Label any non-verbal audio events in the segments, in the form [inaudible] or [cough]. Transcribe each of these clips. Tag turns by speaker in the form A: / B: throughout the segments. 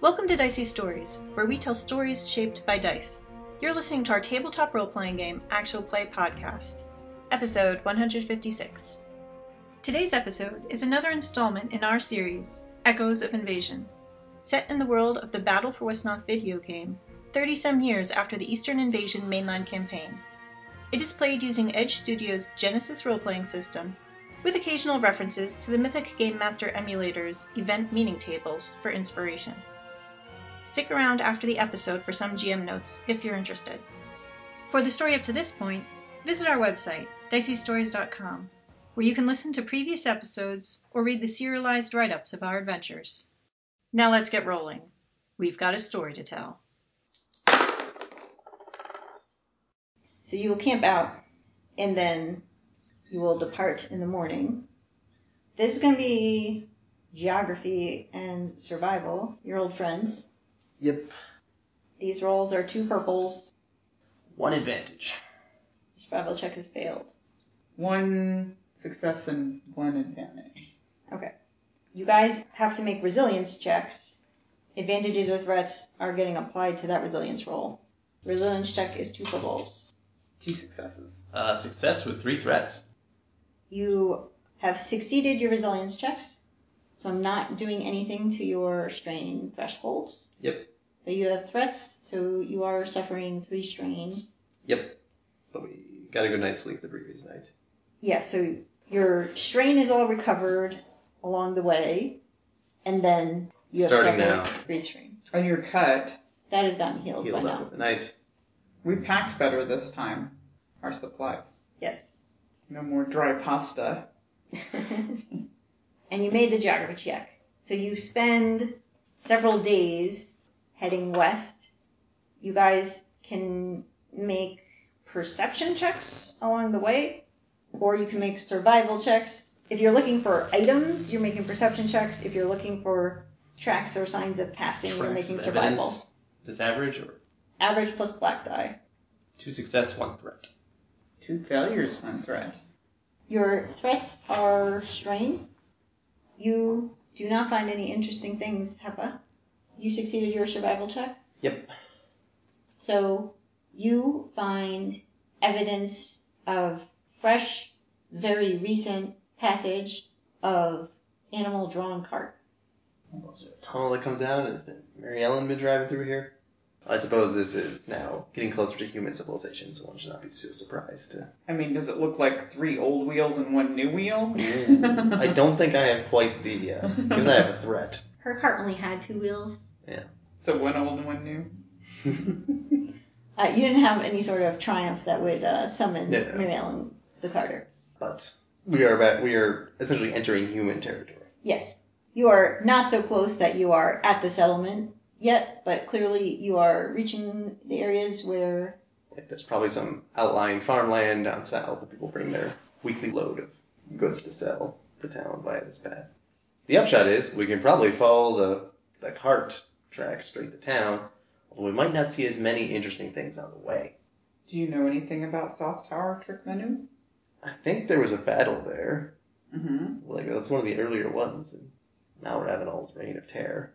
A: Welcome to Dicey Stories, where we tell stories shaped by dice. You're listening to our tabletop role playing game, Actual Play Podcast, episode 156. Today's episode is another installment in our series, Echoes of Invasion. Set in the world of the Battle for Westnoth video game, 30 some years after the Eastern Invasion mainline campaign, it is played using Edge Studios' Genesis role playing system with occasional references to the Mythic Game Master emulator's event meaning tables for inspiration. Stick around after the episode for some GM notes if you're interested. For the story up to this point, visit our website, diceystories.com, where you can listen to previous episodes or read the serialized write ups of our adventures. Now let's get rolling. We've got a story to tell. So you will camp out and then you will depart in the morning. This is going to be geography and survival, your old friends.
B: Yep.
A: These rolls are two purples.
B: One advantage.
A: Survival check has failed.
C: One success and one advantage.
A: Okay. You guys have to make resilience checks. Advantages or threats are getting applied to that resilience roll. Resilience check is two purples.
C: Two successes.
B: Uh, success with three threats.
A: You have succeeded your resilience checks, so I'm not doing anything to your strain thresholds.
B: Yep.
A: But you have threats, so you are suffering three strain.
B: Yep. But we got a good night's sleep the previous night.
A: Yeah, so your strain is all recovered along the way, and then you have
B: Starting
A: suffered
B: now.
A: three strain.
C: On your cut,
A: That has gotten healed,
B: Healed
A: by
B: up
A: now.
B: with the night.
C: we packed better this time. Our supplies.
A: Yes.
C: No more dry pasta.
A: [laughs] and you made the geography check. So you spend several days heading west. You guys can make perception checks along the way, or you can make survival checks. If you're looking for items, you're making perception checks. If you're looking for tracks or signs of passing, you're
B: Tracks
A: making
B: of
A: survival.
B: evidence. This average or
A: Average plus black die.
B: two success, one threat.
C: Two failures, one threat.
A: Your threats are strain. You do not find any interesting things, Hepa. You succeeded your survival check.
B: Yep.
A: So you find evidence of fresh, very recent passage of animal drawn cart.
B: Is there a tunnel that comes down and it's been Mary Ellen been driving through here? I suppose this is now getting closer to human civilization, so one should not be too surprised [laughs] to
C: I mean, does it look like three old wheels and one new wheel?
B: I don't think I have quite the uh, given that I have a threat. [laughs]
A: Her cart only had two wheels.
C: So one old and one new.
A: Uh, you didn't have any sort of triumph that would uh, summon
B: No.
A: Mary Ellen the Carter.
B: but we are about, we are essentially entering human territory.
A: Yes. You are not so close that you are at the settlement yet, but clearly you are reaching the areas where
B: Like, there's probably some outlying farmland down south that people bring their weekly load of goods to sell to town via this path. The upshot is we can probably follow the, the cart track straight to town, although we might not see as many interesting things on the way.
C: Do you know anything about South Tower Trick Menu?
B: I think there was a battle there.
C: Mm-hmm.
B: Like that's one of the earlier ones, and now we're having all this reign of terror.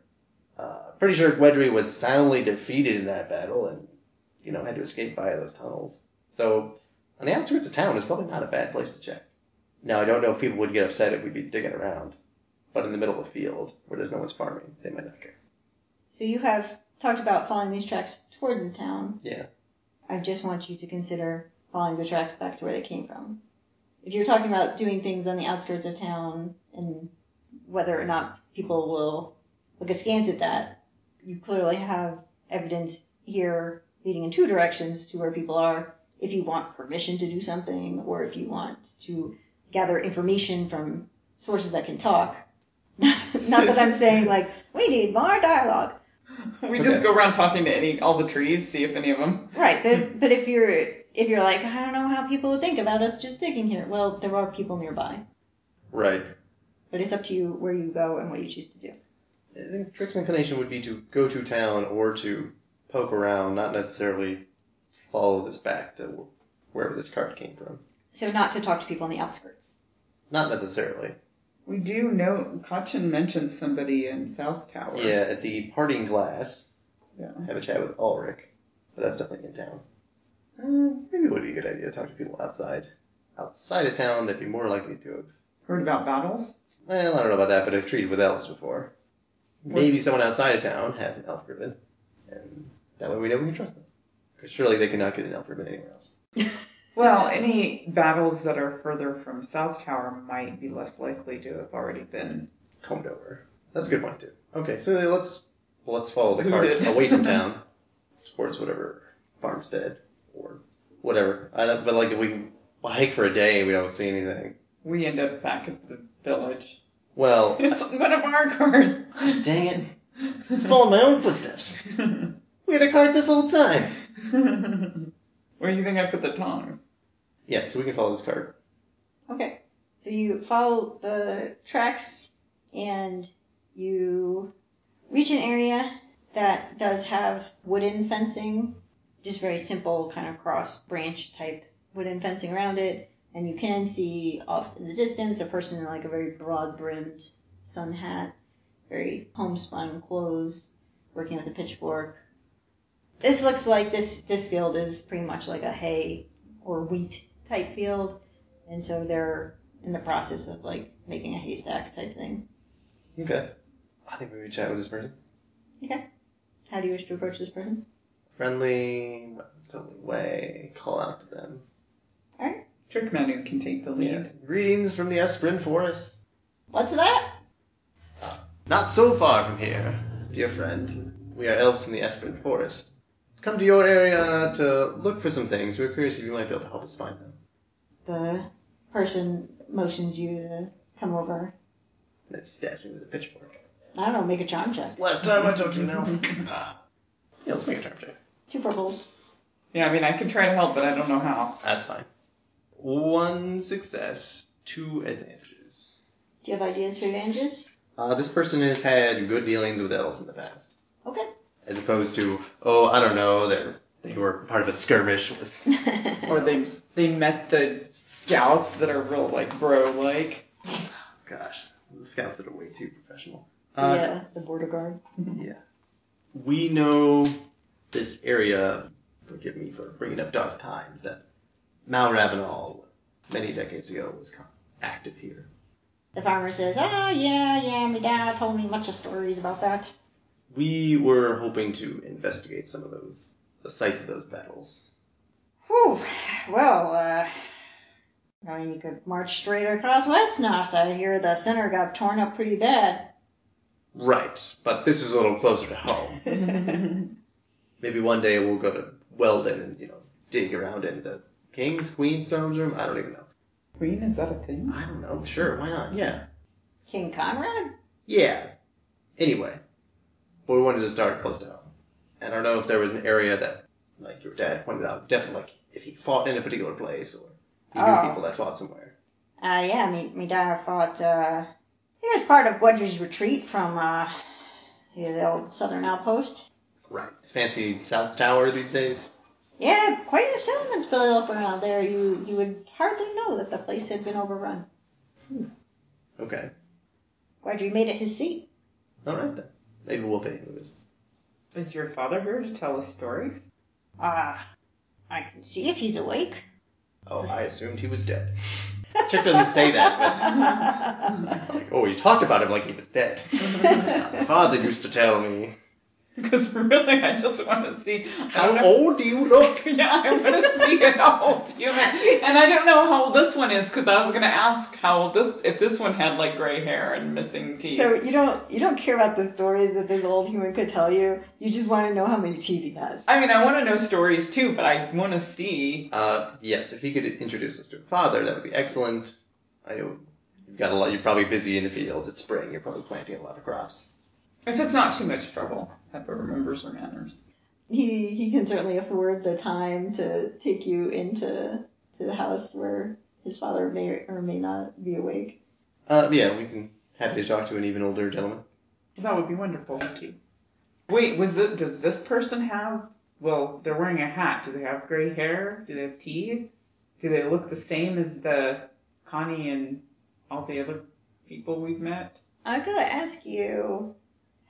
B: Uh, pretty sure Gwendry was soundly defeated in that battle, and you know had to escape via those tunnels. So on the outskirts of town is probably not a bad place to check. Now I don't know if people would get upset if we'd be digging around, but in the middle of a field where there's no one's farming, they might not care.
A: so you have talked about following these tracks towards the town.
B: Yeah.
A: I just want you to consider following the tracks back to where they came from. If you're talking about doing things on the outskirts of town and whether or not people will look askance at that, you clearly have evidence here leading in two directions to where people are if you want permission to do something or if you want to gather information from sources that can talk. [laughs] Not, not that I'm saying like we need more dialogue.
C: [laughs] We
B: Okay.
C: just go around talking to any all the trees, see if any of them.
A: Right, but but if you're if you're like I don't know how people would think about us just digging here. Well, there are people nearby,
B: Right.
A: but it's up to you where you go and what you choose to do.
B: I think Trick's inclination would be to go to town or to poke around, not necessarily follow this back to wherever this card came from.
A: So not to talk to people on the outskirts.
B: Not necessarily.
C: We do know Kachin mentioned somebody in South Tower.
B: Yeah, at the parting glass,
C: Yeah.
B: have a chat with Ulrich, but that's definitely in town. Uh, maybe it would be a good idea to talk to people outside. Outside of town, they'd be more likely to have.
C: Heard about battles?
B: Well, I don't know about that, but I've treated with elves before. Maybe someone outside of town has an elf ribbon, and that way we know we can trust them. Because surely they cannot get an elf ribbon anywhere else.
C: Well, any battles that are further from South Tower might be less likely to have already been.
B: Combed over. That's a good point too. Okay, so then let's well, let's follow the cart
C: Looted.
B: away from town towards whatever farmstead or whatever. I don't, but like if we hike for a day, and we don't see anything.
C: We end up back at the village. [laughs]
B: Well,
C: It's on one of our cards. [laughs]
B: dang it. Follow my own footsteps. We had a cart this whole time.
C: Where do you think I put the tongs?
B: Yeah, so we can follow this cart.
A: Okay. So you follow the tracks and you reach an area that does have wooden fencing, just very simple kind of cross branch type wooden fencing around it. And you can see off in the distance a person in like a very broad brimmed sun hat, very homespun clothes, working with a pitchfork. This looks like this, this field is pretty much like a hay or wheat type field and so they're in the process of like making a haystack type thing.
B: Okay. I think we would chat with this person.
A: How do you wish to approach this person?
B: Friendly, but still way. Call out to them.
C: Trick Manu can take the lead.
B: Greetings from the Aspirin Forest.
A: What's that?
B: Not so far from here, dear friend. We are elves from the Esperant Forest. Come to your area to look for some things. We're curious if you might be able to help us find them.
A: The person motions you to come over.
B: And then stabs me with a pitchfork.
A: I don't know, make a charm check.
B: Last time I told you an elf. [laughs] Ah. yeah, let's make a charm check.
A: Two purples.
C: Yeah, I mean, I could try to help, but I don't know how.
B: That's fine. One success, two advantages.
A: Do you have ideas for advantages?
B: Uh, this person has had good dealings with elves in the past,
A: [laughs] Okay.
B: as opposed to oh I don't know they're they were part of a skirmish with
C: Or they they met the scouts that are real like bro like. [laughs]
B: gosh the scouts that are way too professional. Uh,
A: yeah, the border guard.
B: we know this area, forgive me for bringing up dark times, that Mount Ravenal, many decades ago, was kind of active here.
A: The farmer says, "Ah, yeah, yeah, my dad told me much of stories about that."
B: We were hoping to investigate some of those, the sites of those battles.
A: Whew. Well, uh, now you could march straight across Westnoth. I hear the center got torn up pretty bad.
B: Right, but this is a little closer to home. Maybe one day we'll go to Weldon and, you know, dig around in the King's, Queen's Throne's room? I don't even know.
C: Queen, is that a thing?
B: I don't know. Sure, why not? Yeah.
A: King Conrad?
B: Yeah. Anyway, we wanted to start close to home. And I don't know if there was an area that, like your dad pointed out, definitely like if he fought in a particular place or he
A: Oh.
B: knew people that fought somewhere.
A: Uh, yeah, me, me dad fought, uh, he was part of Wedger's retreat from, uh, the old southern outpost.
B: Right. Fancy South Tower these days.
A: Yeah, quite a settlement's built up around there. You, you would hardly know that the place had been overrun.
B: Okay.
A: Wedger made it his seat.
B: All right then. Maybe we'll pay him with this.
C: Is your father here to tell us stories? [laughs]
A: Ah, I can see if he's awake.
B: Oh, I assumed he was [laughs] dead. Chick doesn't say that, but like, oh, he talked about him like he was dead. My father used to tell me,
C: Because really, I just want to see. I [laughs] don't
B: "How
C: know.
B: old do you look?"
C: [laughs] Yeah, I want to see an old human. And I don't know how old this one is because I was gonna ask how old this if this one had like gray hair and missing teeth.
A: So you don't, you don't care about the stories that this old human could tell you. You just want to know how many teeth he has.
C: I mean, I want to know stories too, but I want to see.
B: Uh, yes, if he could introduce us to her father, that would be excellent. I know you've got a lot. You're probably busy in the fields. It's spring. You're probably planting a lot of crops.
C: If it's not too much trouble, Peppa remembers her manners.
A: He, he can certainly afford the time to take you into, to the house where his father may or may not be awake.
B: Uh, yeah, we can happy to talk to an even older gentleman.
C: That would be wonderful. Thank you. Wait, was it? Does this person have? Well, they're wearing a hat. Do they have gray hair? Do they have teeth? Do they look the same as the Connie and all the other people we've met.
A: I'm going to ask you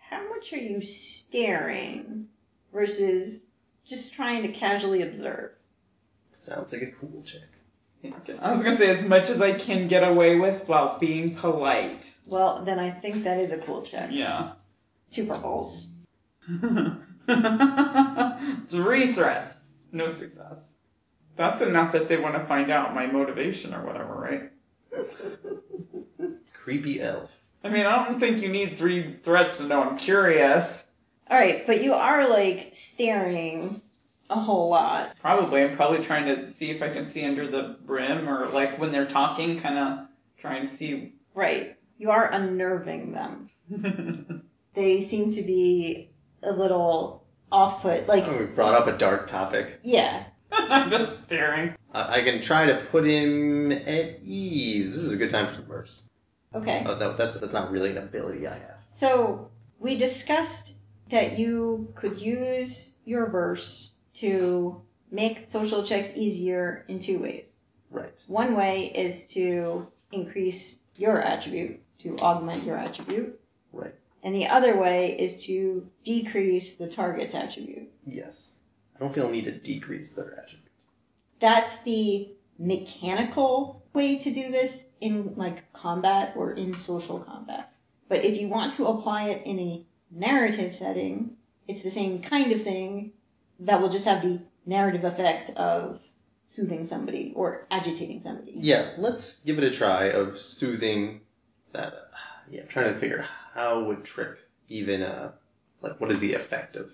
A: how much are you staring versus just trying to casually observe?
B: Sounds like a cool chick.
C: I was gonna say as much as I can get away with while being polite.
A: Well, then I think that is a cool check.
C: Yeah.
A: Two purples.
C: [laughs] Three threats. No success. That's enough that they want to find out my motivation or whatever, right?
B: Creepy elf.
C: I mean, I don't think you need three threats to know I'm curious.
A: All right, but you are like staring a whole lot.
C: Probably. I'm probably trying to see if I can see under the brim or like when they're talking, kind of trying to see. [laughs]
A: Right. You are unnerving them. They seem to be a little off put. Like,
B: Oh, we brought up a dark topic.
A: yeah.
C: I'm just staring.
B: I, I can try to put him at ease. This is a good time for some verse.
A: Okay.
B: Oh, no, that's that's not really an ability I have.
A: So we discussed that you could use your verse to make social checks easier in two ways.
B: Right.
A: One way is to increase your attribute, to augment your attribute.
B: Right.
A: And the other way is to decrease the target's attribute.
B: Yes. I don't feel a need to decrease their attribute.
A: That's the mechanical way to do this in like combat or in social combat. But if you want to apply it in a narrative setting, it's the same kind of thing that will just have the narrative effect of soothing somebody or agitating somebody.
B: Yeah, let's give it a try of soothing that. Uh, yeah, I'm trying to figure how would trick even uh like what is the effect of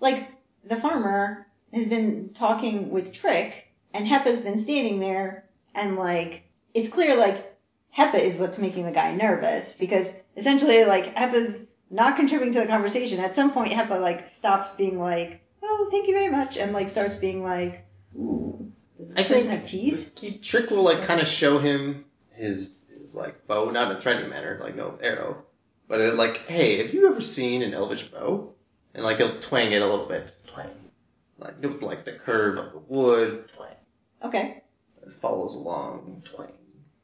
A: Like the farmer has been talking with Trick and Hepa's been standing there and like it's clear like Hepa is what's making the guy nervous because essentially like Hepa's not contributing to the conversation. At some point Hepa like stops being like, Oh, thank you very much and like starts being like, Ooh, does this
B: I
A: person
B: think-
A: have teeth?
B: Just keep- Trick will like kind of show him his his like bow, not in a threatening manner, like no arrow, but it, like hey, have you ever seen an elvish bow? And like he'll twang it a little bit, twang, like with like the curve of the wood, twang.
A: Okay.
B: It follows along, twang.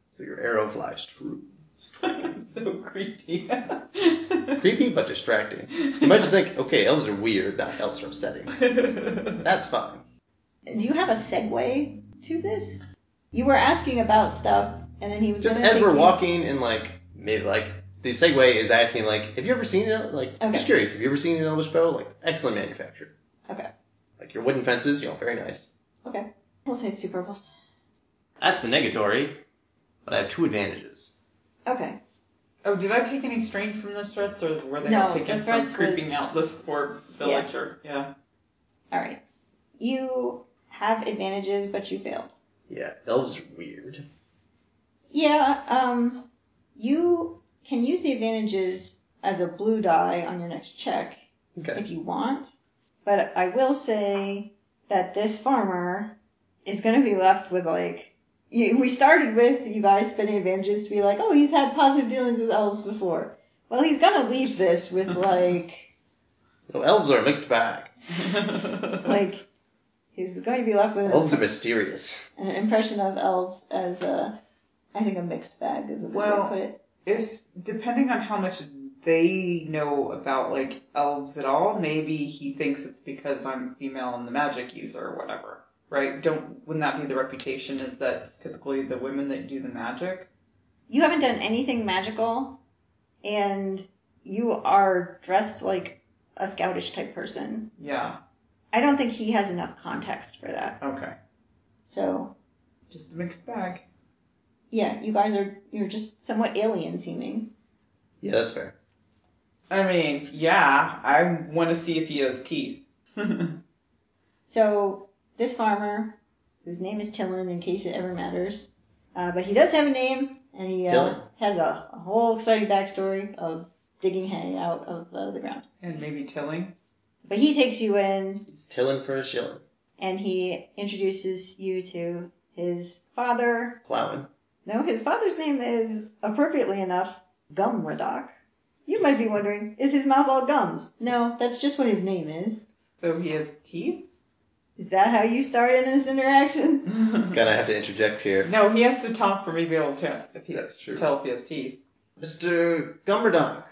B: So your arrow flies true.
C: [laughs] I'm so creepy.
B: Creepy but distracting. You might just think, okay, elves are weird, not elves are upsetting. That's fine.
A: Do you have a segue to this? You were asking about stuff and then he was
B: Just
A: gonna
B: as
A: take
B: we're
A: you-
B: walking and like maybe like the segue is asking like, have you ever seen it? Like, I'm
A: Okay.
B: just curious, have you ever seen an Elvish bow? Like, excellent manufacture.
A: Okay.
B: Like your wooden fences, you know, very nice.
A: Okay. We'll say it's two purples.
B: That's a negatory, but I have two advantages.
A: Okay.
C: [laughs] oh, did I take any strain from the threats, or were they
A: No,
C: all taken
A: the
C: from
A: threats
C: creeping
A: was-
C: out this poor villager? Yeah. [laughs]
A: All right. You have advantages, but you failed.
B: Yeah, elves are weird.
A: Yeah. Um. You can use the advantages as a blue die on your next check
B: Okay.
A: if you want, but I will say that this farmer is going to be left with like. You, we started with you guys spending advantages to be like, oh, he's had positive dealings with elves before. Well, he's going to leave this with like.
B: No, elves are a mixed bag.
A: like he's going to be left with an
B: Elves are mysterious.
A: an impression of elves as a, I think a mixed bag is a good way
C: Well-
A: to put it.
C: if depending on how much they know about like elves at all, maybe he thinks it's because I'm female and the magic user or whatever, right? Don't wouldn't that be the reputation? Is that it's typically the women that do the magic?
A: You haven't done anything magical, and you are dressed like a scoutish type person.
C: Yeah.
A: I don't think he has enough context for that.
C: Okay.
A: So
C: Just a mixed bag.
A: yeah, you guys are you're just somewhat alien seeming.
B: Yeah, that's fair.
C: I mean, yeah. I want to see if he has teeth. [laughs]
A: So this farmer, whose name is Tillin, in case it ever matters, uh, but he does have a name, and he uh,
B: Tillin.
A: has a, a whole exciting backstory of digging hay out of uh, the ground.
C: and maybe tilling.
A: But he takes you in
B: It's tillin' for a shillin',
A: and he introduces you to his father.
B: plowing.
A: No, his father's name is appropriately enough Gumradoc. You might be wondering, is his mouth all gums? No, that's just what his name is.
C: So he has
D: [laughs]
C: teeth.
A: Is that how you started this interaction?
B: Gonna have to interject here.
C: No, he has to talk for me to be able to. If he,
B: That's true.
C: Tell if he has teeth.
B: Mr. Gumberdock,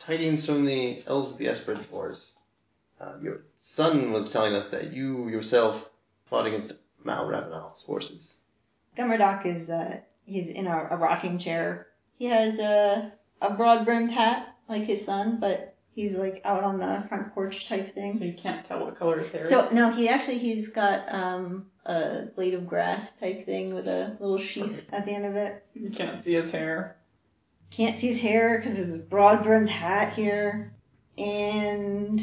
B: tidings from the elves of the Esperid Force. Uh, your son was telling us that you yourself fought against Mal Ravenal's forces.
A: Gummerdock is uh, he's in a, a rocking chair. He has a a broad brimmed hat like his son, but he's like out on the front porch type
C: So
A: thing.
C: you can't tell what color his hair
A: So
C: is.
A: no, he actually he's got um a blade of grass type thing with a little sheath at the end of it.
C: You can't see his hair.
A: Can't see his hair because his broad brimmed hat here, and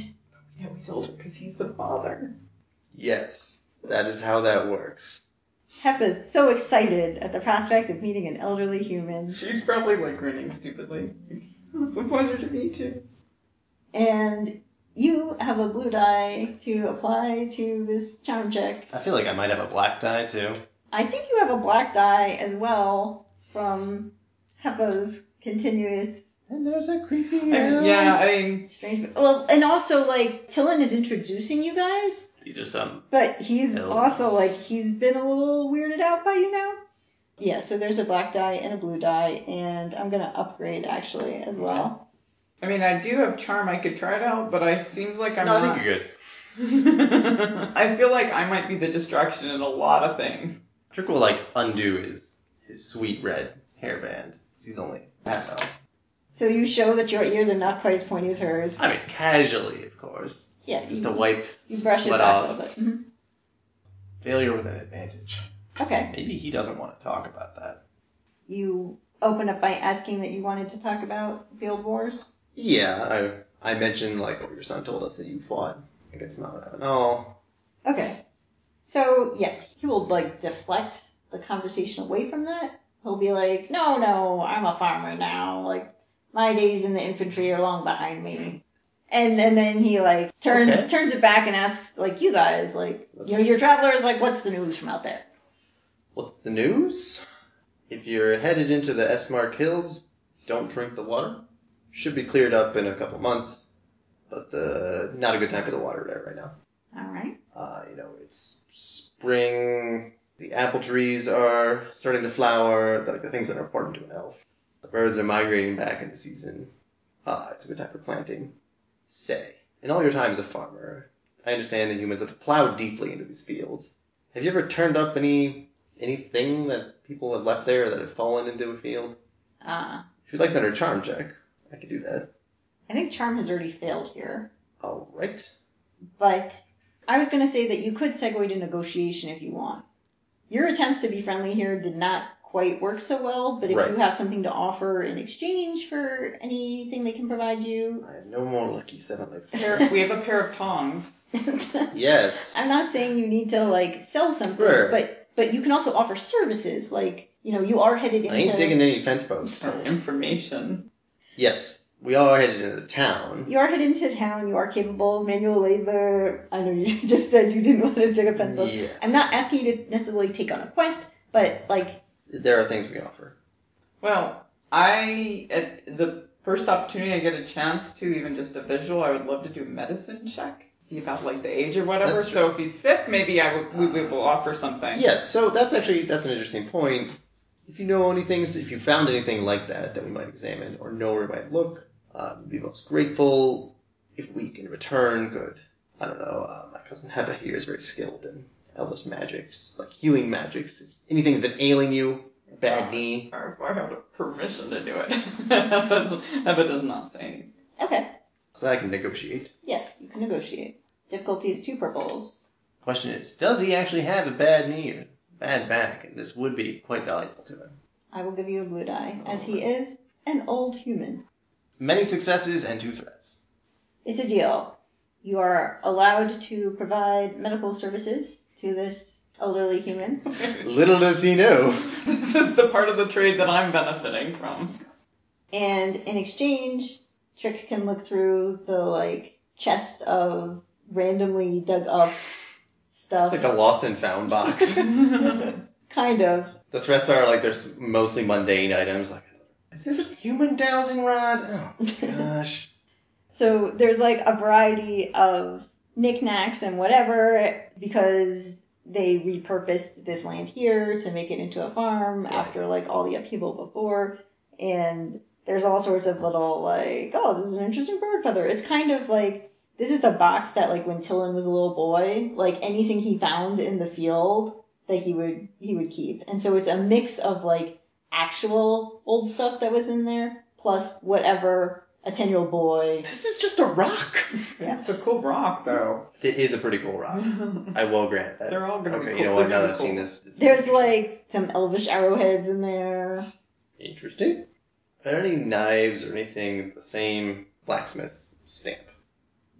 C: Yeah, he's older because he's the father.
B: Yes, that is how that works.
A: Hep is so excited at the prospect of meeting an elderly human.
C: She's probably like grinning stupidly. it's a pleasure to meet you.
A: And you have a blue die to apply to this charm check.
D: I feel like I might have a black die too.
A: I think you have a black die as well from Hepa's continuous
B: And there's a creepy
C: I-
B: elf.
C: yeah, I mean,
A: strange. Well, and also like Tillin is introducing you guys,
D: These are some.
A: but he's
D: Elves.
A: also like he's been a little weirded out by you now. Yeah, so there's a black die and a blue die, and I'm gonna upgrade actually as well.
C: I mean, I do have charm I could try it out, but I seems like I'm
D: no, I
C: not.
D: think you're good.
C: [laughs] I feel like I might be the distraction in a lot of things.
D: Trick will like undo his his sweet red hairband. 'cause He's only half elf.
A: So you show that your ears are not quite as pointy as hers.
D: I mean, casually, of course,
A: Yeah,
D: just
A: you-
D: to wipe
A: Mm-hmm. You brush it
D: sweat
A: back
D: off.
A: a little bit. Mhm.
D: Failure with an advantage.
A: Okay.
D: Maybe he doesn't want to talk about that.
A: You open up by asking that you wanted to talk about Field Wars.
B: Yeah, I I mentioned like what your son told us that you fought against Mal Ravenal.
A: Okay. So yes, he will like deflect the conversation away from that. He'll be like, "No, no, I'm a farmer now. Like my days in the infantry are long behind me." And and then he like turns
B: Okay.
A: turns it back and asks like, "You guys, like you know, your travelers, like what's the news from out there?"
B: What's the news? If you're headed into the Esmark Hills, don't drink the water. Should be cleared up in a couple months, but uh, not a good time for the water there right now.
A: All right.
B: Uh, you know, it's spring. The apple trees are starting to flower. Like the things that are important to an elf. The birds are migrating back into season. Ah, it's a good time for planting. Say, in all your time as a farmer, I understand that humans have plowed deeply into these fields. Have you ever turned up any anything that people have left there that have fallen into a field?
A: Uh,
B: If you'd like better charm check, I could do that.
A: I think charm has already failed here,
B: All right.
A: but I was gonna say that you could segue to negotiation if you want. Your attempts to be friendly here did not quite work so well, but if you
B: Right.
A: have something to offer in exchange for anything they can provide you, [laughs]
B: I have no more lucky seven life.
C: Pair- we have a pair of tongs.
A: I'm [laughs]
B: [laughs] Yes.
A: not saying you need to like sell something,
B: Sure.
A: but but you can also offer services like you know you are headed into
B: I ain't digging any fence posts.
C: Some information.
B: Yes, we are headed into town.
A: you are headed into town. You are capable of manual labor. I know you [laughs] just said you didn't want to dig up fence posts.
B: Yes.
A: I'm not asking you to necessarily take on a quest, but like
B: There are things we offer.
C: Well, I at the first opportunity I get a chance to even just a visual, I would love to do a medicine check. See about like the age or whatever.
B: That's Uh, true.
C: so if he's sick, maybe I would we, we will offer something.
B: Yes, so that's actually that's an interesting point. If you know any things, if you found anything like that that we might examine or know where we might look, uh, we'd be most grateful if we can return good. I don't know. Uh, my cousin Heba here is very skilled in Elvis magics, like healing magics. If anything's been ailing you, bad knee.
C: Or if I had permission to do it. [laughs] Eva does not say anything. [laughs]
A: okay,
B: So I can negotiate.
A: yes, you can negotiate. Difficulty is two purples.
D: Question is, does he actually have a bad knee or bad back? And this would be quite valuable to him.
A: I will give you a blue die, as he is an old human.
D: Many successes and two threats.
A: It's a deal. You are allowed to provide medical services to this elderly human.
B: Little does he know.
C: This is the part of the trade that I'm benefiting from.
A: And in exchange, Trick can look through the like chest of randomly dug up stuff.
B: It's like a lost and
C: [laughs]
B: found box.
A: kind of.
B: The threats are like there's mostly mundane items like is this a human dowsing rod? Oh my
C: [laughs]
B: gosh.
A: So there's like a variety of knickknacks and whatever because they repurposed this land here to make it into a farm after like all the upheaval before and There's all sorts of little like, oh, this is an interesting bird feather. It's kind of like this is the box that like when Tillin was a little boy, like anything he found in the field that he would he would keep. And so it's a mix of like actual old stuff that was in there plus whatever a ten year old boy.
B: This is just a rock.
A: Yeah.
C: It's a cool rock though.
B: [laughs] It is a pretty cool rock. I will grant that.
C: They're all gonna
B: okay,
C: be cool.
B: you know what?
C: They're
B: Now that
C: gonna be
B: I've seen
C: cool.
B: this, it's
A: There's like some elvish arrowheads in there.
B: interesting. Are there any knives or anything with the same blacksmith's stamp?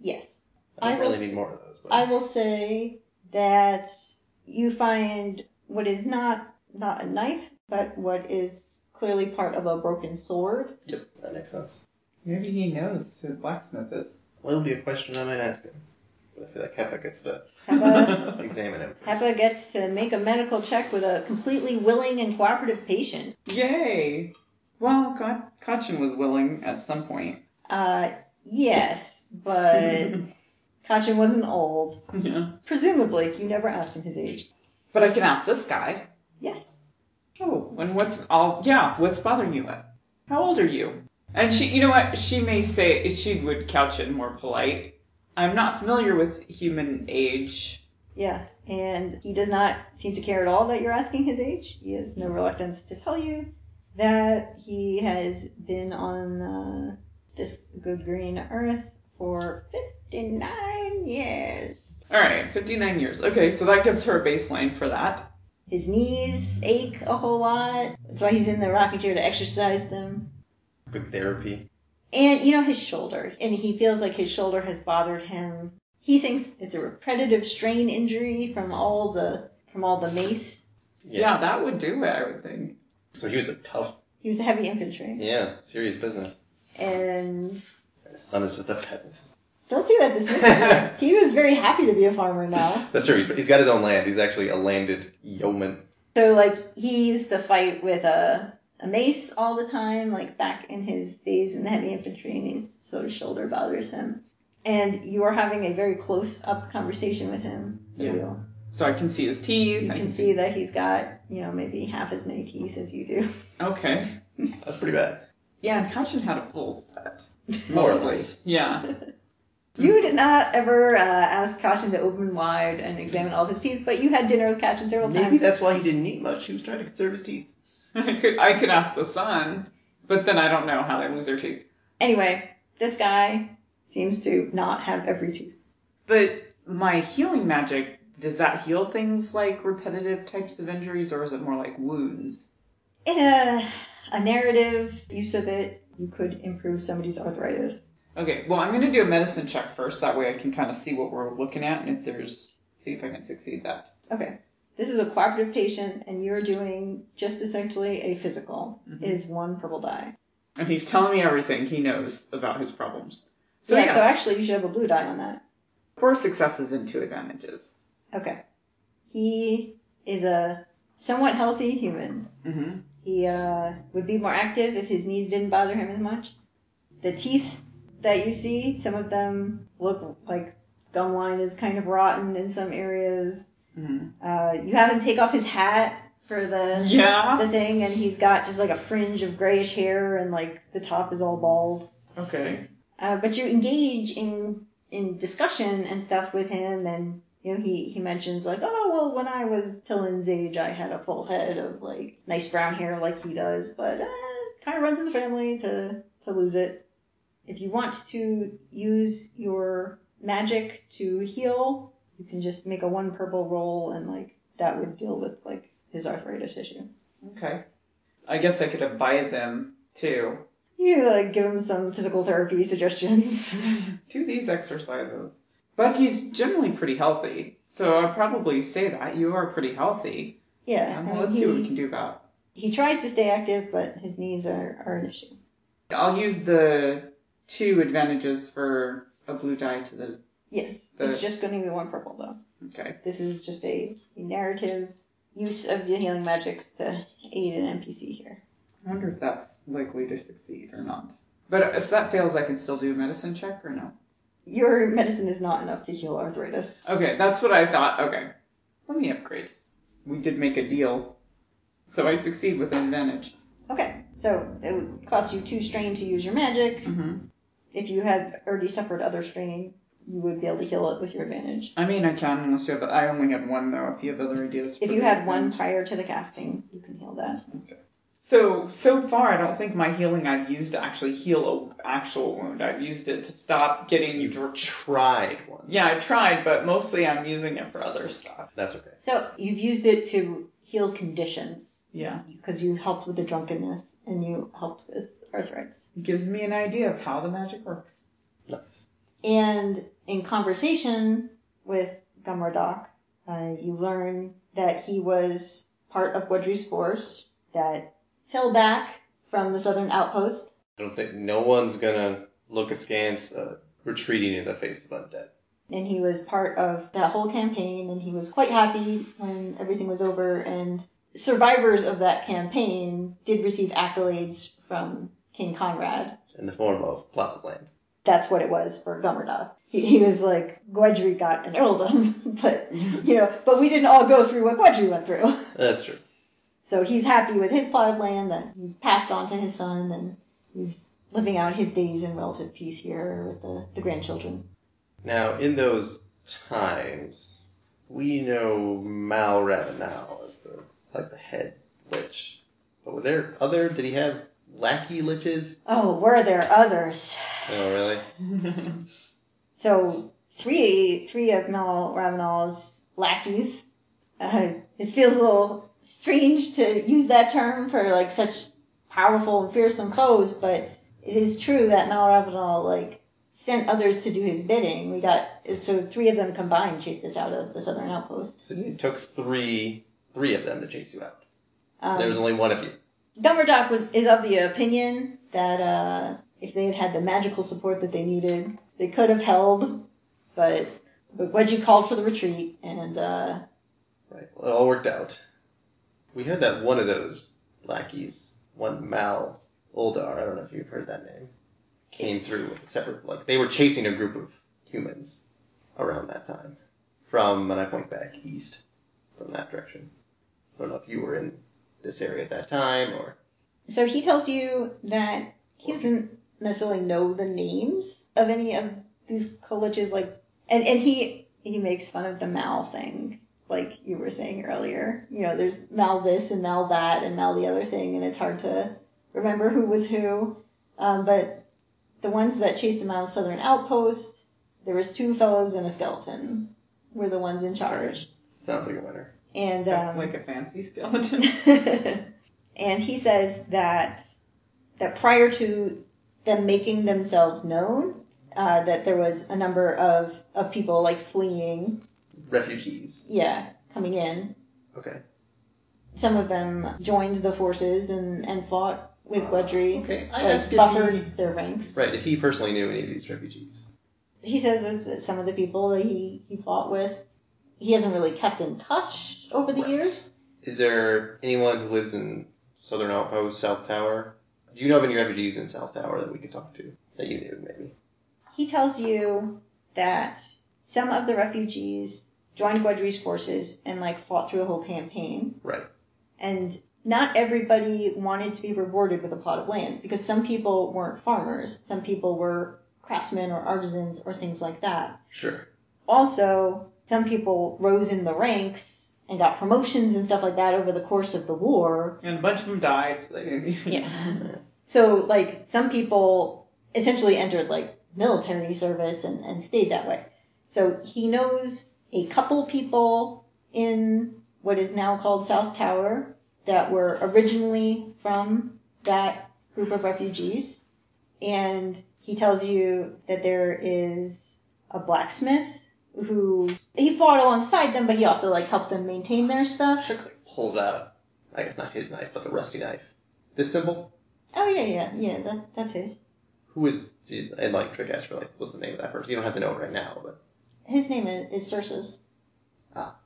A: Yes.
B: I
A: I
B: don't
A: will
B: really
A: s-
B: need more of those. But
A: I will say that you find what is not not a knife, but what is clearly part of a broken sword.
B: yep, that makes sense.
C: Maybe he knows who the blacksmith is.
B: Well, it'll be a question I might ask him. But I feel like Hepa gets to
C: [laughs]
A: Hepa,
B: examine him.
A: Hepa gets to make a medical check with a completely willing and cooperative patient.
C: Yay! Well, Ka- Kachin was willing at some point.
A: Uh, yes,
C: [laughs]
A: but Kachin wasn't old.
C: yeah.
A: Presumably, you never asked him his age.
C: But I can ask this guy.
A: Yes.
C: Oh, and what's all? Yeah, what's bothering you? How old are you? And she, you know what? She may say she would couch it more polite. I'm not familiar with human age.
A: Yeah, and he does not seem to care at all that you're asking his age. He has no reluctance to tell you that he has been on uh, this good green earth for 59 years.
C: All right, 59 years. Okay, so that gives her a baseline for that.
A: His knees ache a whole lot. That's why he's in the rocking chair to exercise them.
B: Good therapy.
A: And you know his shoulder, and he feels like his shoulder has bothered him. He thinks it's a repetitive strain injury from all the from all the mace.
C: Yeah, that would do it, I would think.
B: So he was a tough,
A: He was a heavy infantry,
B: yeah, serious business.
A: and
B: His son is just a peasant.
A: Don't say that dismissively.
B: [laughs]
A: he was very happy to be a farmer now.
B: That's true. He's, he's got his own land. He's actually a landed yeoman.
A: So like he used to fight with a a mace all the time, like back in his days in the heavy infantry, and his sort of shoulder bothers him. And you are having a very close up conversation with him. So
C: Yeah.
A: you,
C: So I can see his teeth.
A: you
C: I
A: can see that he's got, you know, maybe half as many teeth as you do.
C: Okay.
B: That's pretty bad.
C: Yeah, and Kachin had a full set.
B: More or
C: Mostly.
B: less.
C: Yeah.
A: [laughs]
C: [laughs]
A: You did not ever uh, ask Kashin to open wide and examine all of his teeth, but you had dinner with Kashin several
B: Maybe
A: times.
B: that's why he didn't eat much. He was trying to conserve his teeth.
C: I could I could ask the son, but then I don't know how they lose their teeth.
A: Anyway, this guy seems to not have every tooth.
C: But my healing magic, does that heal things like repetitive types of injuries or is it more like wounds?
A: in a, a narrative use of it, you could improve somebody's arthritis.
C: Okay, well I'm gonna do a medicine check first, that way I can kinda see what we're looking at and if there's see if I can succeed that.
A: Okay. This is a cooperative patient, and you're doing just essentially a physical.
C: Mhm.
A: It is one purple die.
C: And he's telling me everything he knows about his problems. So
A: yeah,
C: yes,
A: so actually, you should have a blue die on that.
C: four successes and two advantages.
A: Okay. He is a somewhat healthy human.
C: Mm-hmm.
A: He uh, would be more active if his knees didn't bother him as much. The teeth that you see, some of them look like gum line is kind of rotten in some areas.
C: hmm
A: Uh, you have him take off his hat for the
C: Yeah.
A: the thing, and he's got just like a fringe of grayish hair, and like the top is all bald.
C: Okay.
A: Uh, but you engage in in discussion and stuff with him, and you know he he mentions like, oh well, when I was Tillin's age, I had a full head of like nice brown hair like he does, but uh, kind of runs in the family to to lose it. If you want to use your magic to heal, you can just make a one purple roll, and like that would deal with like his arthritis issue.
C: Okay. I guess I could advise him too.
A: You could, like give him some physical therapy suggestions. [laughs]
C: do these exercises. But he's generally pretty healthy. So I'll probably say that. You are pretty healthy.
A: yeah,
C: Um,
A: I mean,
C: let's
A: he,
C: see what we can do about
A: he tries to stay active, but his knees are, are an issue.
C: it. I'll use the two advantages for a blue die to the.
A: Yes,
C: The-
A: it's just going to be one purple though.
C: Okay.
A: This is just a, a narrative use of the healing magics to aid an NPC here.
C: I wonder if that's likely to succeed or not. But if that fails, I can still do a medicine check or no?
A: Your medicine is not enough to heal arthritis.
C: Okay, that's what I thought. Okay. Let me upgrade. We did make a deal. So I succeed with an advantage.
A: Okay, so it would cost you two strain to use your magic.
C: hmm
A: If you had already suffered other straining, you would be able to heal it with your advantage.
C: I mean, I can unless you have. I only had one though. If you have other
A: If
C: ideas. for
A: you
C: the- Mm-hmm.
A: had one prior to the casting, you can heal that.
C: So so far, I don't think my healing I've used to actually heal a actual wound. I've used it to stop getting
A: Mm.
C: you. dr-
B: Tried once.
C: Yeah, I tried, but mostly I'm using it for other stuff.
B: That's okay.
A: So you've used it to heal conditions
C: Yeah,
A: because you helped with the drunkenness and you helped with arthritis.
C: it gives me an idea of how the magic works.
B: Nice.
A: And in conversation with Gummerdoc, uh, you learn that he was part of Wedri's force that fell back from the southern outpost.
B: I don't think no one's gonna look askance uh, retreating in the face of undead.
A: And he was part of that whole campaign, and he was quite happy when everything was over. And survivors of that campaign did receive accolades from King Conrad.
B: in the form of plots of land.
A: That's what it was for Gummerdoc. He, he was like, Gwedry got an earldom, [laughs] but you know, but we didn't all go through what Gwedry went through. [laughs]
B: That's true.
A: So he's happy with his plot of land that he's passed on to his son, and he's living out his days in relative peace here with the, the grandchildren.
B: Now, in those times, we know Mal Ravenel as the like the head witch. But were there other? Did he have lackey liches?
A: Oh, were there others?
B: Oh, really?
A: So three three of Mal Ravenel's lackeys. Uh, it feels a little strange to use that term for like such powerful and fearsome foes, but it is true that Mal Ravenel like sent others to do his bidding. We got so three of them combined chased us out of the southern outpost.
B: So it took three three of them to chase you out.
A: Um,
B: there was only one of you.
A: Dumberdop was is of the opinion that uh, if they had had the magical support that they needed, they could have held. But but Wedgie called for the retreat, and uh,
B: Right. Well, it all worked out. We heard that one of those lackeys, one Mal Oldar, I don't know if you've heard that name, came through with a separate, like, they were chasing a group of humans around that time from, and I point back east from that direction. I don't know if you were in this area at that time or.
A: so he tells you that he doesn't necessarily know the names of any of these colleges, like and and he he makes fun of the Mal thing, like you were saying earlier. You know, there's Mal this and Mal that and Mal the other thing, and it's hard to remember who was who. Um, but the ones that chased him out of Southern Outpost, there was two fellows and a skeleton. Were the ones in charge,
B: Sounds like a winner.
A: and um,
C: like a fancy skeleton.
A: [laughs]
C: [laughs]
A: and he says that that prior to them making themselves known, uh, that there was a number of, of people like fleeing,
B: Refugees.
A: yeah, coming in.
B: Okay.
A: Some of them joined the forces and, and fought with
B: Ah,
A: Gwedry,
B: Okay. I
A: like,
B: asked
A: buffered
B: if he,
A: their ranks.
B: right, if he personally knew any of these refugees.
A: He says it's- it's some of the people that he, he fought with, he hasn't really kept in touch over the
B: Right.
A: years.
B: Is there anyone who lives in Southern Outpost, South Tower? Do you know of any refugees in South Tower that we could talk to? That you knew, maybe?
A: He tells you that some of the refugees joined Gwedry's forces and like fought through the whole campaign.
B: Right.
A: And not everybody wanted to be rewarded with a plot of land because some people weren't farmers, some people were craftsmen or artisans or things like that.
B: Sure.
A: Also, some people rose in the ranks and got promotions and stuff like that over the course of the war.
C: and a bunch of them died, so they didn't even.
A: Yeah. So, like, some people essentially entered like military service and, and stayed that way. So, he knows a couple people in what is now called South Tower that were originally from that group of refugees. And he tells you that there is a blacksmith who he fought alongside them, but he also like helped them maintain their stuff.
B: Quickly pulls out, I guess not his knife, but the rusty knife. This symbol?
A: Oh yeah, yeah, yeah. That, that's his.
B: Who is, and like Trick asked for, like, what's the name of that person? You don't have to know it right now, but
A: His name is, is Circes.
B: Ah.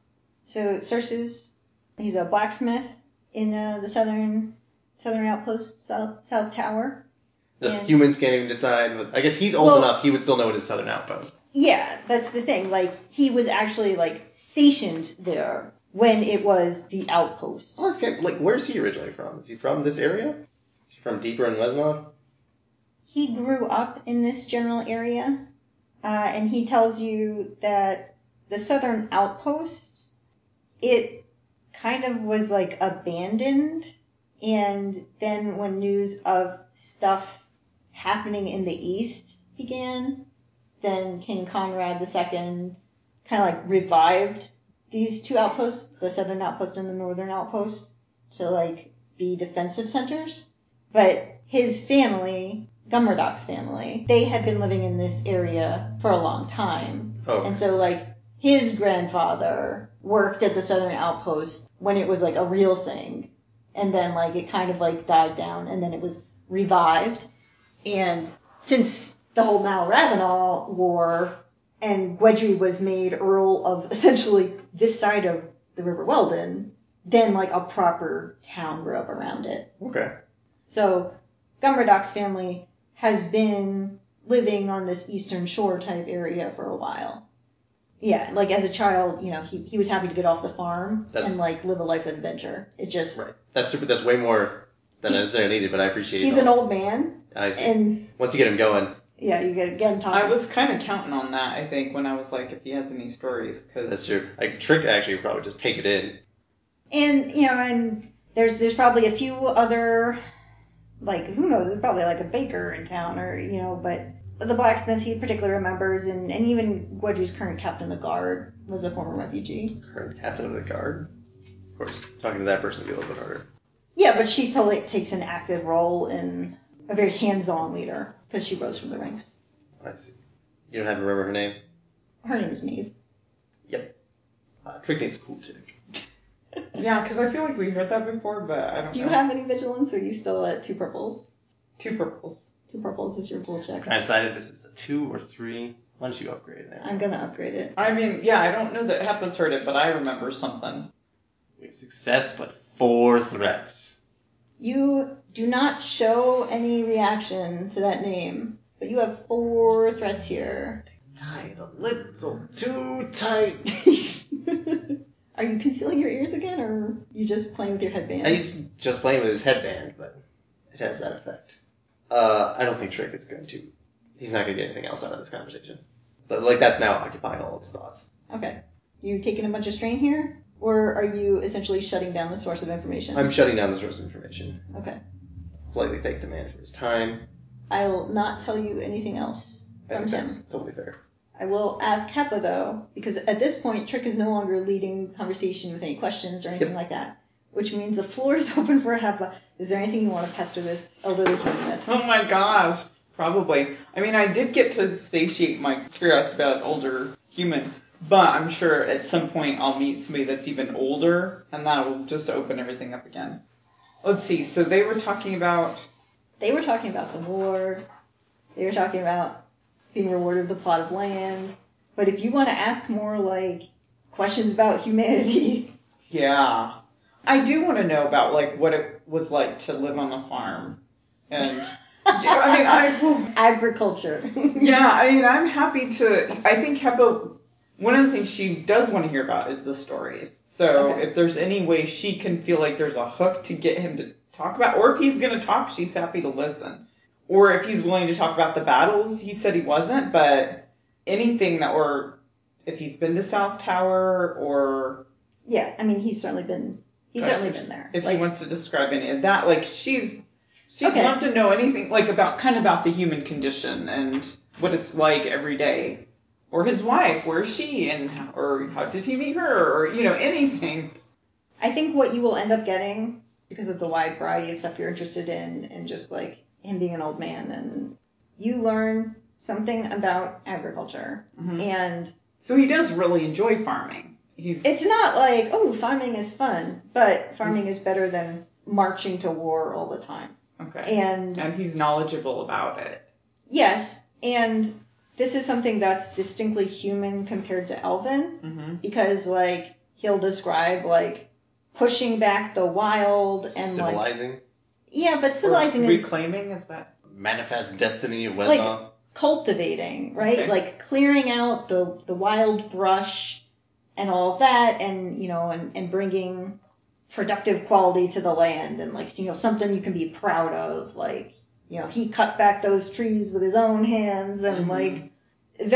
A: So Circes, he's a blacksmith in uh, the southern southern outpost, south, south tower.
B: the
A: Yeah.
B: humans can't even decide. But I guess he's old
A: Well-
B: enough, he would still know it is Southern Outpost.
A: Yeah, that's the thing. Like he was actually like stationed there when it was the outpost.
B: Oh, this guy, like, where's he originally from? Is he from this area? Is he from deeper in Wesnov?
A: He grew up in this general area, uh, and he tells you that the southern outpost, it kind of was like abandoned, and then when news of stuff happening in the east began, then King Conrad II kind of like revived these two outposts, the southern outpost and the northern outpost, to like be defensive centers. But his family, Gummerdock's family, they had been living in this area for a long time.
B: Oh, okay.
A: And so like his grandfather worked at the southern outpost when it was like a real thing. And then like it kind of like died down and then it was revived. And since the whole Malravenol war and Gwedry was made Earl of [laughs] essentially this side of the River Weldon, then like a proper town grew up around it.
B: okay.
A: So Gummerdock's family has been living on this eastern shore type area for a while. Yeah, like as a child, you know, he, he was happy to get off the farm
B: That's-
A: and like live a life of adventure. It just
B: Right. That's super. That's way more than I necessarily needed, but I appreciate.
A: he's
B: all-
A: an old man
B: I see.
A: and
B: Once you get him going,
A: yeah, you get get him talking.
C: I was kind of counting on that. I think when I was like, if he has any stories,
B: that's
C: because
B: true. Like trick actually would probably just take it in.
A: and you know, and there's there's probably a few other like who knows, there's probably like a baker in town or you know, but the blacksmith he particularly remembers and, and even Gwedry's current captain of the guard was a former refugee.
B: Current captain of the guard. Of course, talking to that person would be a little bit harder.
A: Yeah, but she still like, takes an active role in a very hands on leader because she rose from the ranks.
B: I see. You don't have to remember her name.
A: Her name is Maeve.
B: Uh, trick needs a cool chick.
C: yeah, because I feel like we heard that before, but I don't
A: Do
C: know.
A: you have any vigilance or are you still at two purples?
C: two purples?
A: Two purples is your bull check.
D: I decided this is a two or three. Why don't you upgrade it?
A: I'm gonna upgrade it.
C: I mean, yeah, I don't know that Hepa's heard it, but I remember something.
D: We have success, but four threats.
A: You do not show any reaction to that name, but you have four threats
B: [laughs]
A: here.
B: Tight, a little too tight.
A: Are you concealing your ears again, or are you just playing with your headband?
B: I used to just playing with his headband, but it has that effect. Uh, I don't think Trick is going to. He's not going to get anything else out of this conversation. But like that's now occupying all of his thoughts.
A: Okay. You taking a bunch of strain here, or are you essentially shutting down the source of information?
B: I'm shutting down the source of information.
A: Okay.
B: Politely thank the man for his time.
A: I will not tell you anything else
B: I
A: from
B: think
A: him.
B: that's totally fair.
A: I will ask Kappa though, because at this point Trick is no longer leading conversation with any questions or anything like that. Which means the floor is [laughs] open for Kappa. Is there anything you want to pester this elderly human with?
C: Oh my gosh, probably. I mean, I did get to satiate my curiosity about an older human, but I'm sure at some point I'll meet somebody that's even older, and that will just open everything up again. Let's see. So they were talking about
A: They were talking about the war. They were talking about being rewarded with a plot of land. But if you want to ask more like questions about humanity,
C: Yeah. I do want to know about like what it was like to live on the farm.
A: [laughs]
C: And Yeah, I mean, I will- [laughs]
A: agriculture.
C: yeah, I mean, I'm happy to I think Hepa one of the things she does want to hear about is the stories. So
A: Okay.
C: if there's any way she can feel like there's a hook to get him to talk about or if he's going to talk, she's happy to listen. Or if he's willing to talk about the battles, he said he wasn't, but anything that or if he's been to South Tower or
A: yeah, I mean he's certainly been he's
B: Right.
A: certainly been there.
C: if
A: Like,
C: he wants to describe any of that. Like she's she'd
A: Okay.
C: love to know anything like about kind of about the human condition and what it's like every day. Or his wife, where is she and or how did he meet her or you know, anything.
A: I think what you will end up getting because of the wide variety of stuff you're interested in and just like him being an old man and you learn something about agriculture and
C: So he does really enjoy farming. He's
A: it's not like oh farming is fun but farming is better than marching to war all the time
C: okay.
A: and
C: And he's knowledgeable about it.
A: yes and this is something that's distinctly human compared to elvin
C: Mm-hmm.
A: because like he'll describe like pushing back the wild and like
B: Civilizing,
A: yeah but civilizing is
C: reclaiming is that
B: manifest destiny of
A: Like-
B: Wesnov.
A: cultivating, right?
C: Okay.
A: Like clearing out the the wild brush and all of that, and you know, and and bringing productive quality to the land and like you know something you can be proud of like you know he cut back those trees with his own hands and
C: Mhm.
A: like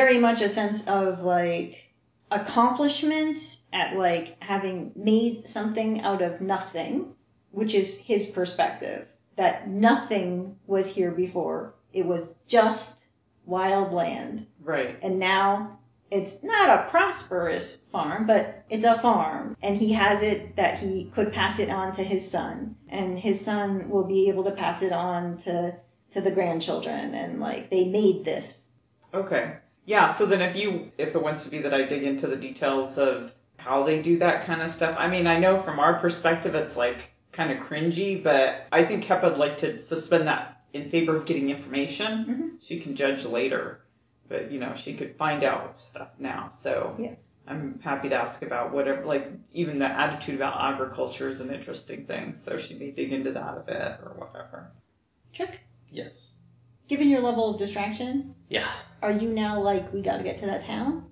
A: very much a sense of like accomplishment at like having made something out of nothing which is his perspective that nothing was here before it was just wild land
C: Right.
A: and now it's not a prosperous farm, but it's a farm. And he has it that he could pass it on to his son. And his son will be able to pass it on to, to the grandchildren. And like, they made this.
C: Okay. Yeah. So then, if you if it wants to be that I dig into the details of how they do that kind of stuff, I mean, I know from our perspective it's like kind of cringy, but I think HEPA'd like to suspend that in favor of getting information. She can judge later, but you know she could find out stuff now. So
A: Yeah.
C: I'm happy to ask about whatever, like even the attitude about agriculture is an interesting thing. So she may dig into that a bit or whatever.
A: Trick,
D: Yes.
A: given your level of distraction,
D: Yeah.
A: are you now like, we gotta get to that town?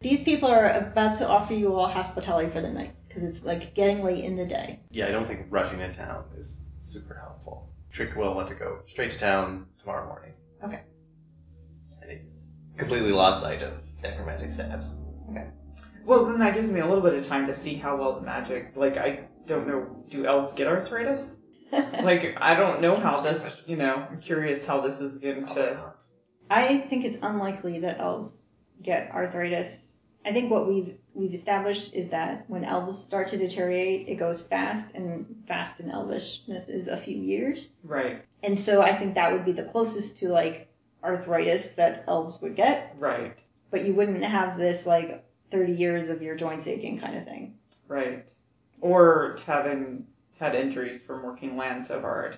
A: These people are about to offer you all hospitality for the night because it's like getting late in the day. [laughs]
D: Yeah, I don't think rushing to town is super helpful. Trick will want to go straight to town tomorrow morning.
A: Okay.
D: And he's completely lost sight of necromantic staffs.
C: Well, then that gives me a little bit of time to see how well the magic. Like I don't know, do elves get arthritis? Like I don't know how this. You know, I'm curious how this is going
D: Probably
C: to.
D: not.
A: I think it's unlikely that elves get arthritis. I think what we've we've established is that when elves start to deteriorate, it goes fast, and fast in elvishness is a few years.
C: Right.
A: And so I think that would be the closest to like arthritis that elves would get,
C: Right.
A: but you wouldn't have this like 30 years of your joints aching kind of thing.
C: Right. Or having had injuries from working land so hard.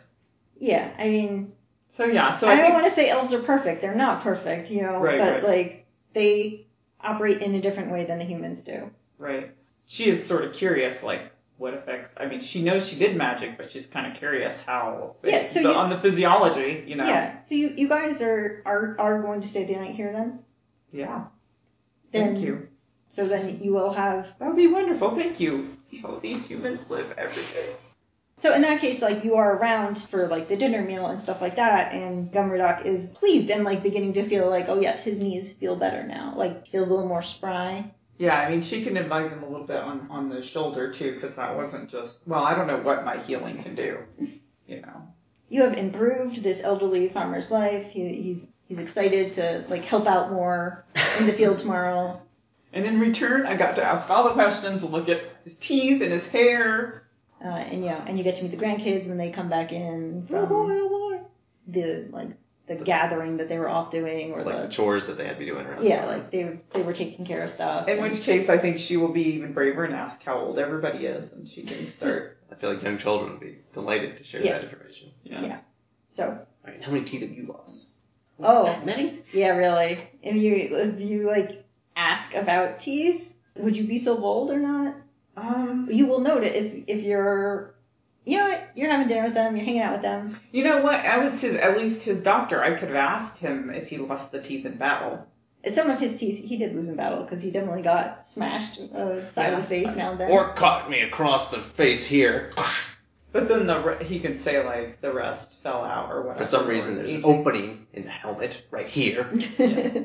A: Yeah, I mean,
C: So yeah. So
A: I,
C: I,
A: don't
C: think
A: want to say elves are perfect. They're not perfect, you know,
C: Right,
A: but
C: right.
A: like they operate in a different way than the humans do.
C: Right. She is sort of curious, like, what effects. I mean, she knows she did magic, but she's kind of curious how.
A: Yeah, so
C: the-
A: you-
C: on the physiology, you know?
A: Yeah. So you, you guys are, are are going to stay the night here then?
C: Yeah.
A: then?
C: Thank you.
A: So then you will have.
C: That would be wonderful. Thank you. See how these humans live every day.
A: So in that case, like you are around for like the dinner meal and stuff like that, and Gumradoc is pleased and like beginning to feel like, oh yes, his knees feel better now. Like feels a little more spry.
C: Yeah, I mean, she can advise him a little bit on, on the shoulder, too, because that wasn't just. Well, I don't know what my healing can [laughs] do, you know?
A: You have improved this elderly farmer's life. He, he's he's excited to like help out more in the field tomorrow.
C: And in return, I got to ask all the questions, look at his teeth and his hair.
A: Uh, and yeah, and you get to meet the grandkids when they come back in
C: Oh, boy,
A: from
C: oh,
A: the like the gathering that they were off doing or
D: Like
A: the
D: the chores that they had to be doing around
A: Yeah,
D: the farm.
A: like they were- they were taking care of stuff.
C: boy. In
A: and-
C: which case, I think she will be even braver and ask how old everybody is, and she can start. [laughs]
D: I feel like young children would be delighted to share
A: Yeah.
D: that information.
C: Yeah.
A: so
D: All right, how many teeth have you lost?
A: oh
D: That many?
A: yeah, really. If you if you like ask about teeth, would you be so bold or not?
C: Um,
A: You will note it if if you're you know what? you're having dinner with them, you're hanging out with them.
C: You know what? I was his, at least his doctor. I could have asked him if he lost the teeth in battle.
A: Some of his teeth he did lose in battle because he definitely got smashed uh, side of the face now and then. [laughs]
D: Or caught me across the face
B: [laughs]
D: here.
C: But then the re- he can say like the rest fell out or whatever.
D: For some reason, there's an
C: Aging.
D: opening in the helmet right here.
C: yeah.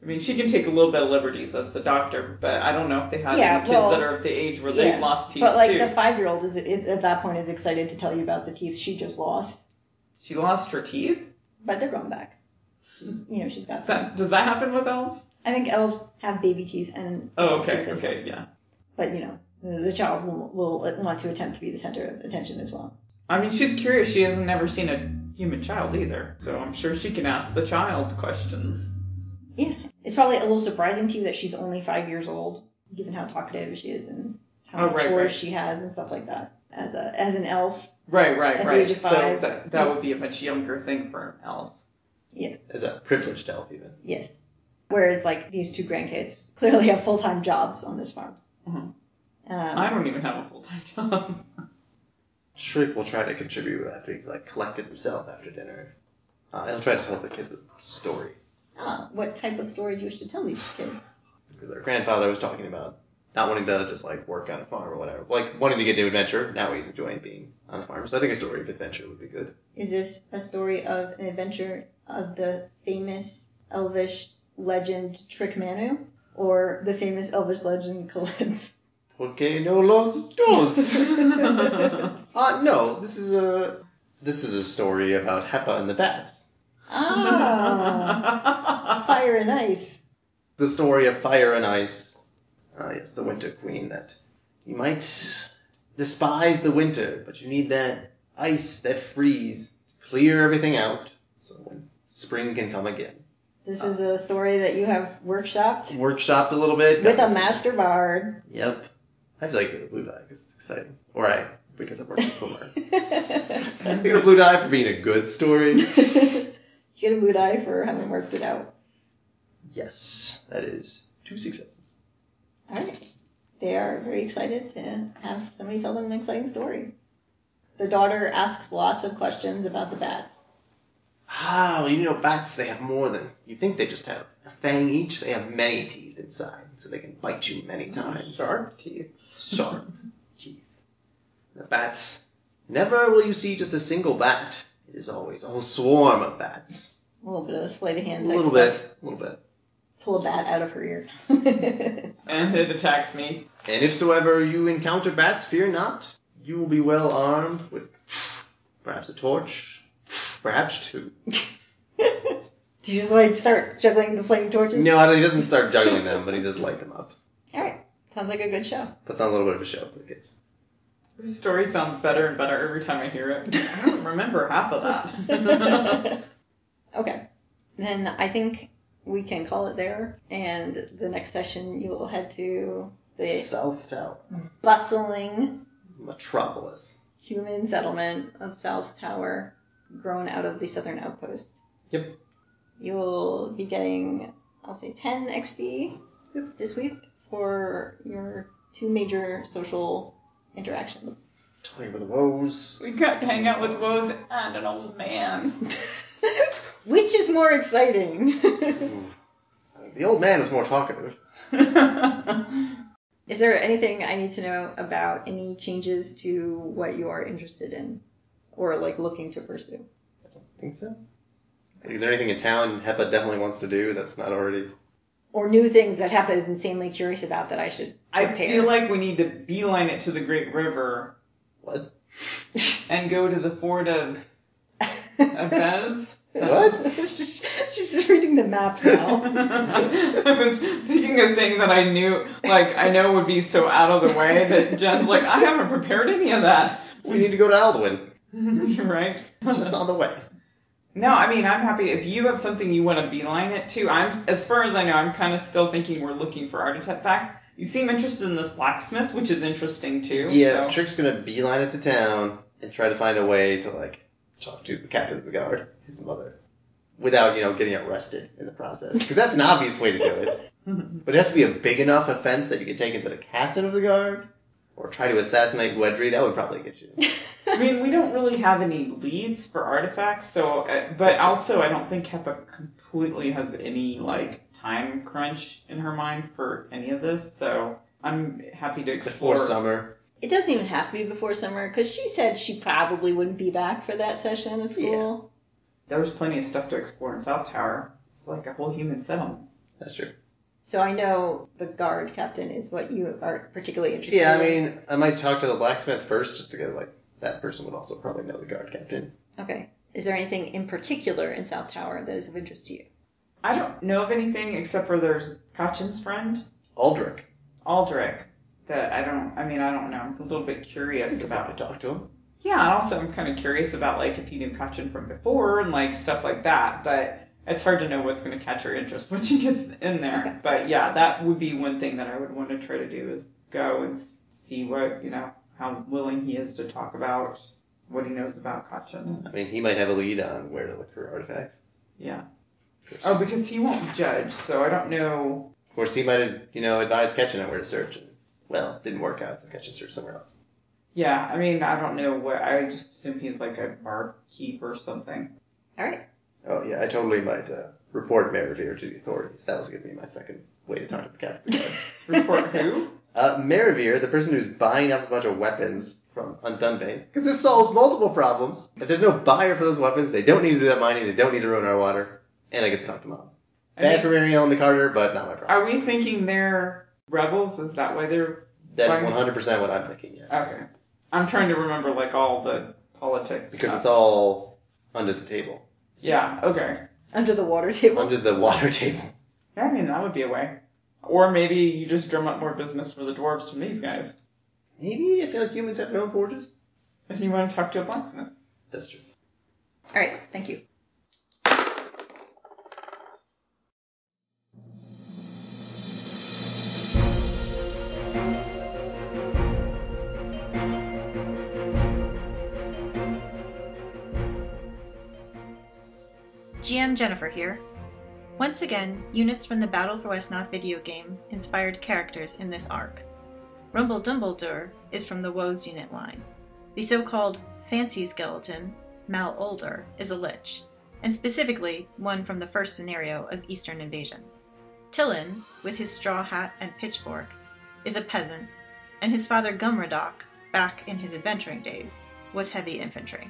C: I mean, she can take a little bit of liberties as the doctor, but I don't know if they have
A: Yeah,
C: any kids
A: well,
C: that are of the age where
A: yeah,
C: they lost teeth
A: but like
C: too.
A: the five year old is, is at that point is excited to tell you about the teeth she just lost,
C: she lost her teeth.
A: but they're growing back. She's you know she's got
C: Does
A: some.
C: that, does that happen with elves?
A: I think elves have baby teeth and
C: Oh,
A: adult
C: okay,
A: teeth as well.
C: okay, yeah.
A: But you know, the, the child will, will want to attempt to be the center of attention as well.
C: I mean, she's curious. She hasn't never seen a human child either, so I'm sure she can ask the child questions.
A: Yeah, it's probably a little surprising to you that she's only five years old, given how talkative she is and how
C: Oh,
A: much
C: right,
A: chores
C: right.
A: she has and stuff like that. As a as an elf,
C: Right, right,
A: At the
C: right.
A: age of
C: So
A: five.
C: that, that would be a much younger thing for an elf.
D: As a privileged elf, even.
A: yes. Whereas like these two grandkids clearly have full time jobs on this farm.
C: Mhm.
A: Um,
C: I don't even have a full time job.
D: Shriek will try to contribute after he's like collected himself after dinner. Uh, he'll try to tell the kids a story.
A: ah, what type of story do you wish to tell these kids?
D: Their grandfather was talking about
B: not wanting to just like work on a farm or whatever, like wanting to get into adventure. Now he's enjoying being on a farm. So I think a story of adventure would be good.
A: Is this a story of an adventure of the famous elvish legend Trickmanu or the famous elvish legend Kalith?
B: Porque no los dos.
C: [laughs]
B: uh, no, this is a this is a story about Hepa and the bats.
A: [laughs]
C: [laughs]
A: Ah, fire and ice.
B: The story of fire and ice. Uh, yes, the Winter Queen. That you might despise the winter, but you need that ice, that freeze, clear everything out, so when spring can come again.
A: This is a story that you have workshopped
B: Workshopped a little bit.
A: with a
B: got this-
A: master bard. [laughs]
B: Yep. I just like a blue dye because it's exciting. Or I because I worked
A: [laughs]
B: with Boomer. I get a blue dye for being a
A: [laughs]
B: good story.
A: you get a blue die for having worked it out.
B: Yes, that is two successes.
A: All right. They are very excited to have somebody tell them an exciting story. The daughter asks lots of questions about the bats.
B: Ah, well, you know, bats, they have more than you think they just have a fang each. They have many teeth inside, so they can bite you many times.
C: Sharp teeth.
B: Sharp teeth. The bats. Never will you see just a single bat. It is always a whole swarm of bats.
A: A little bit of sleight of
B: A
A: hand. type
B: little
A: stuff.
B: bit. A little bit.
A: Pull a bat out of her [laughs] ear.
C: And it attacks me.
B: And if so ever you encounter bats, fear not. You will be well armed with perhaps a torch, perhaps two.
A: Do you just like start juggling the flame torches?
B: No, I don't, he doesn't start juggling them, but he does light them up.
A: All right. Sounds like a good
B: [laughs]
A: show.
B: Puts on a little bit of a show for the kids.
C: This story sounds better and better every time I hear it. I don't remember half of [laughs] that.
A: okay. Then I think we can call it there. And the next session, you will head to the
B: South Tower,
A: bustling
B: Metropolis.
A: human settlement of South Tower, grown out of the southern outpost.
B: Yep.
A: You'll be getting, I'll say, 10 XP this week for your two major social interactions. [laughs]
B: Tell me where the woes.
C: we got to hang out with Woes and an old [laughs] man.
A: Which is more exciting? [laughs]
B: Uh, The old man was more talkative.
A: is there anything I need to know about any changes to what you are interested in or like looking to pursue?
B: Think so? Is there anything in town Hepa definitely wants to do that's not already?
A: Or new things that Hepa is insanely curious about that I should
C: I
A: prepare?
C: feel like we need to beeline it to the Great River
B: What?
C: and go to the fort of
A: [laughs]
C: [laughs] Abez.
B: What?
A: she's, she's just reading the map
B: [laughs]
A: now.
C: I was picking a thing that I knew, like, I know would be so out of the way that Jen's like, I haven't prepared any of that. [laughs]
B: we need to go to Aldwin.
C: You're right.
B: That's on the way.
C: No, I mean, I'm happy. If you have something you want to beeline it to, I'm, as far as I know, I'm kind of still thinking we're looking for artifacts. You seem interested in this blacksmith, which is interesting too.
B: Yeah,
C: so-
B: Trick's gonna beeline it to town and try to find a way to like talk to the captain of the guard, his mother, without you know getting arrested in the process. Because that's an obvious way to do it. but it has to be a big enough offense that you can take it to the captain of the guard, or try to assassinate Gwendry. That would probably get you.
C: [laughs] I mean, we don't really have any leads for artifacts, so. Uh, but also, I don't think Hepa completely has any like time crunch in her mind for any of this. So I'm happy to
B: Before
C: explore.
B: summer.
A: It doesn't even have to be before summer because she said she probably wouldn't be back for that session of school.
C: There's plenty of stuff to explore in South Tower. It's like a whole human settlement.
B: That's true.
A: So I know the guard captain is what you are particularly interested
B: Yeah, I
A: in.
B: mean, I might talk to the blacksmith first just to get like that person would also probably know the guard captain.
A: Okay. Is there anything in particular in South Tower that is of interest to you?
C: I don't know of anything except for there's Kachin's friend,
B: Aldrich.
C: Aldrich, that I don't, I mean, I don't know. I'm a little bit curious
B: Probably
C: about.
B: talk to him.
C: Yeah, and also I'm kind of curious about, like, if you knew Kachin from before and, like, stuff like that, but it's hard to know what's going to catch her interest when she gets in there.
A: Okay.
C: But yeah, that would be one thing that I would want to try to do is go and s- see what, you know, how willing he is to talk about what he knows about Kachin.
B: I mean, he might have a lead on where to look for artifacts.
C: Yeah. Oh, because he won't judge, so I don't know.
B: Of course, he might have, you know, advised Ketchin on where to search, and well, it didn't work out, so Ketchin searched somewhere else.
C: Yeah, I mean, I don't know what. I just assume he's like a barkeep or something.
A: All right.
B: Oh yeah, I totally might uh, report Mayor Revere to the authorities. That was going to be my second way to talk to the captain.
A: [laughs]
C: Report who?
B: Uh, Merivir, the person who's buying up a bunch of weapons from Undunbane, because this solves multiple problems. If there's no buyer for those weapons, they don't need to do that mining, they don't need to ruin our water, and I get to talk to Mom.
C: I
B: Bad
C: mean,
B: for marrying Ellen Carter, but not my problem.
C: are we thinking they're rebels? Is that why they're?
B: That is
C: Fine.
B: 100% what I'm thinking, yeah.
C: I'm trying to remember like all the politics.
B: Because
C: stuff.
B: it's all under the table,
C: Yeah. Okay.
E: Under the water table.
B: under the water [laughs] table.
C: Yeah, I mean that would be a way. Or maybe you just drum up more business for the dwarves from these guys.
B: Maybe I feel like humans have their own forges.
C: If you want to talk to a blacksmith.
B: That's true.
E: All right, thank you.
A: GM Jennifer here. Once again, units from the Battle for Westnoth video game inspired characters in this arc. Rumble Dumbledur is from the Woes unit line. The so called Fancy Skeleton, Mal Older, is a Lich, and specifically one from the first scenario of Eastern Invasion. Tillin, with his straw hat and pitchfork, is a peasant, and his father Gumradoc, back in his adventuring days, was heavy infantry.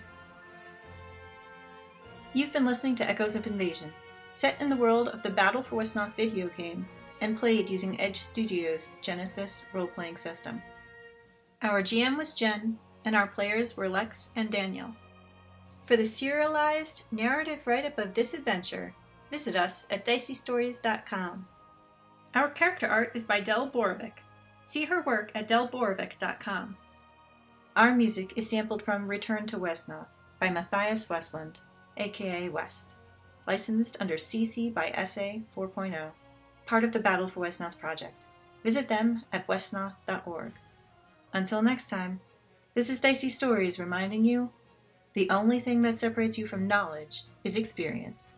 A: You've been listening to Echoes of Invasion, set in the world of the Battle for Westnoth video game and played using Edge Studios' Genesis role playing system. Our GM was Jen, and our players were Lex and Daniel. For the serialized narrative write up of this adventure, visit us at diceystories.com. Our character art is by Del Borovic. See her work at delborovic.com. Our music is sampled from Return to Westnoth by Matthias Westland aka West, licensed under CC by SA 4.0, oh, part of the Battle for Westnoth project. Visit them at westnoth.org. Until next time, this is Dicey Stories reminding you the only thing that separates you from knowledge is experience.